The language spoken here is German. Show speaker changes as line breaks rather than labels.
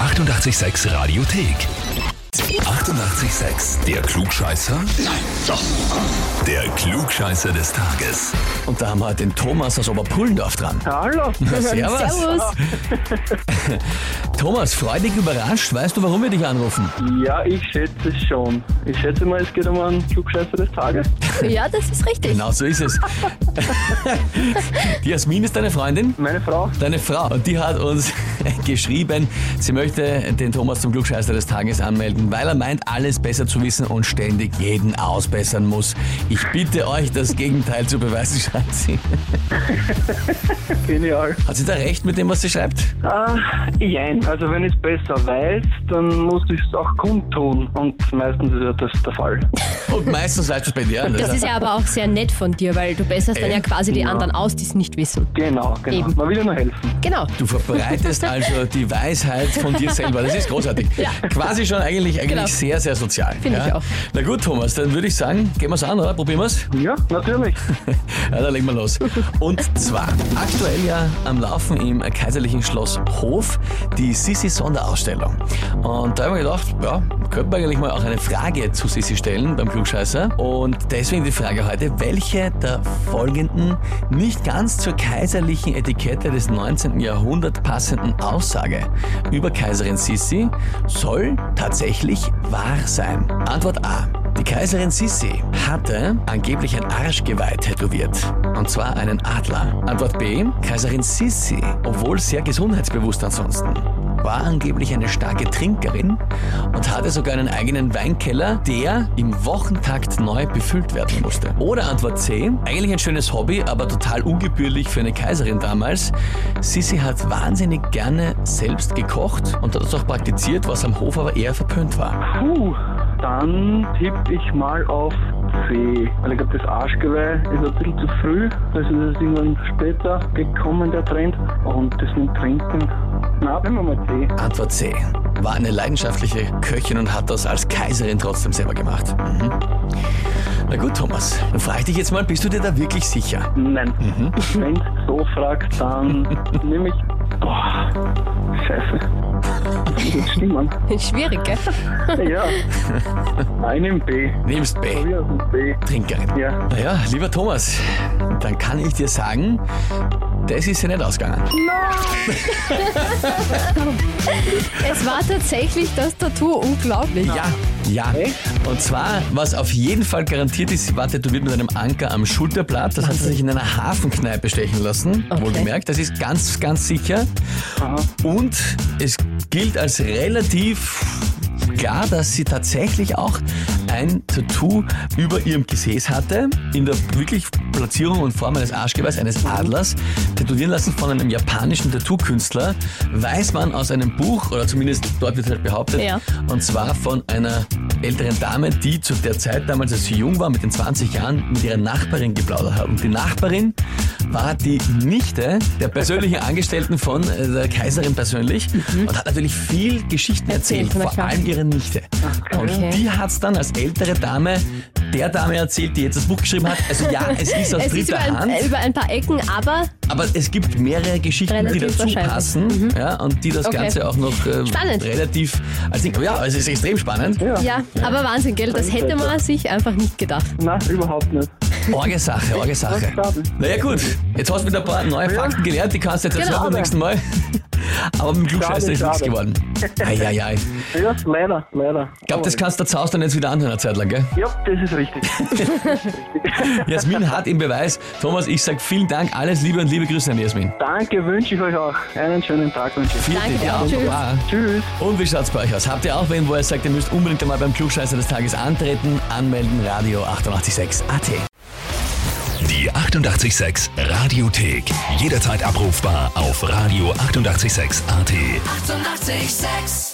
886 Radiothek. 88,6. Der Klugscheißer? Nein, doch. Der Klugscheißer des Tages.
Und da haben wir halt den Thomas aus Oberpullendorf dran.
Hallo.
Servus. Thomas, freudig überrascht. Weißt du, warum wir dich anrufen?
Ja, ich schätze es schon. Ich schätze mal, es geht um einen Klugscheißer des Tages.
Ja, das ist richtig.
Genau so ist es. die Jasmin ist deine Freundin,
Meine Frau,
deine Frau. Und die hat uns geschrieben, sie möchte den Thomas zum Glückscheißer des Tages anmelden, weil er meint, alles besser zu wissen und ständig jeden ausbessern muss. Ich bitte euch, das Gegenteil zu beweisen, schreibt sie.
genial.
Hat sie da recht mit dem, was sie schreibt?
Ah, jein. Also wenn ich es besser weiß, dann muss ich es auch kundtun. Und meistens ist ja das der Fall.
Und meistens heißt es bei dir anders.
Das ist ja aber auch sehr nett von dir, weil du besserst dann
Äh,
ja quasi die anderen aus, die es nicht wissen.
Genau, genau.
Eben.
Man will ja nur helfen.
Genau.
Du verbreitest also die Weisheit von dir selber. Das ist großartig. Quasi schon eigentlich, eigentlich
Genau.
sehr, sehr sozial.
Finde ich auch.
Na gut, Thomas, dann würde ich sagen, gehen wir's an, oder? Probieren wir's?
Ja, natürlich.
Ja, dann legen wir los. Und zwar aktuell ja am Laufen im kaiserlichen Schloss Hof die Sissi-Sonderausstellung. Und da haben wir gedacht, ja, könnte man eigentlich mal auch eine Frage zu Sissi stellen beim Klugscheißer. Und deswegen die Frage heute, welche der folgenden nicht ganz zur kaiserlichen Etikette des 19. Jahrhunderts passenden Aussage über Kaiserin Sissi soll tatsächlich wahr sein? Antwort A. Die Kaiserin Sissi hatte angeblich ein Arschgeweih tätowiert. Und zwar einen Adler. Antwort B. Kaiserin Sissi, obwohl sehr gesundheitsbewusst ansonsten, war angeblich eine starke Trinkerin und hatte sogar einen eigenen Weinkeller, der im Wochentakt neu befüllt werden musste. Oder Antwort C. Eigentlich ein schönes Hobby, aber total ungebührlich für eine Kaiserin damals. Sissi hat wahnsinnig gerne selbst gekocht und hat das auch praktiziert, was am Hof aber eher verpönt war.
Puh, dann tippe ich mal auf C. Weil ich glaube, das Arschgeweih ist ein bisschen zu früh. Also das ist irgendwann später gekommen, der Trend. Und das mit Trinken. Na, nehmen wir mal C.
Antwort C. War eine leidenschaftliche Köchin und hat das als Kaiserin trotzdem selber gemacht. Mhm. Na gut, Thomas, dann frage ich dich jetzt mal, bist du dir da wirklich sicher?
Nein. Wenn du so fragst, dann nehme ich. Boah, Scheiße. Das wird stimmen.
Schwierig, gell?
Ja. Nein, im B.
Nimmst B,
Wir sind B.
Trinkerin.
Ja.
Naja, lieber Thomas, dann kann ich dir sagen, das ist ja nicht ausgegangen.
Es war tatsächlich das Tattoo unglaublich.
Ja, ja. Und zwar, was auf jeden Fall garantiert ist, sie war tätowiert mit einem Anker am Schulterblatt. Das hat sie sich in einer Hafenkneipe stechen lassen.
Okay.
Wohlgemerkt, das ist ganz, ganz sicher. Und es gilt als relativ klar, dass sie tatsächlich auch ein Tattoo über ihrem Gesäß hatte, in der wirklich Platzierung und Form eines Arschgeweihs,
Mhm.
eines Adlers, tätowieren lassen von einem japanischen Tattoo-Künstler, weiß man aus einem Buch, oder zumindest dort wird halt behauptet,
Ja.
und zwar von einer älteren Dame, die zu der Zeit damals, als sie jung war, mit den 20 Jahren, mit ihrer Nachbarin geplaudert hat. Und die Nachbarin war die Nichte der persönlichen Angestellten von äh, der Kaiserin persönlich und hat natürlich viel Geschichten erzählt,
Mhm. Erzählt, na
vor
klar.
allem ihre Nichte. Und
Okay.
die hat es dann als ältere Dame der Dame erzählt, die jetzt das Buch geschrieben hat. Also ja, es ist aus
Es ist über
dritter Hand.
ein, über ein paar Ecken, aber
Aber es gibt mehrere Geschichten,
Relativ
die dazu
wahrscheinlich. Mhm.
passen ja, und die das
Okay.
Ganze auch noch äh,
Spannend.
relativ als Ding. Ja, es ist extrem spannend.
ja, aber Wahnsinn, gell? Das hätte man sich einfach nicht gedacht.
Nein, überhaupt nicht.
Orge Sache, Orge Sache.
Schade.
Naja gut, jetzt hast du mit ein paar neue Fakten gelernt, die kannst du jetzt erzählen
Genau.
beim nächsten Mal. Aber mit dem Klugscheißer
Schade,
ist nichts
schade.
geworden. Eieiei. Ich
Ja, leider, leider.
glaube, das kannst du der Zaus dann jetzt wieder anhören, eine Zeit lang, gell?
Ja, das ist richtig.
Jasmin hat im Beweis. Thomas, ich sag vielen Dank, alles Liebe und liebe Grüße an die Jasmin.
Danke, wünsche ich euch auch. Einen schönen Tag wünsche ich.
Vielen
Danke
Dank.
auch. Tschüss.
Wunderbar.
Tschüss.
Und wie schaut's bei euch aus? Habt ihr auch wen, wo ihr sagt, ihr müsst unbedingt einmal beim Klugscheißer des Tages antreten? Anmelden, Radio 886 AT.
Die 88,6 Radiothek. Jederzeit abrufbar auf radio886.at. 88,6.
Eighty-eight, sex.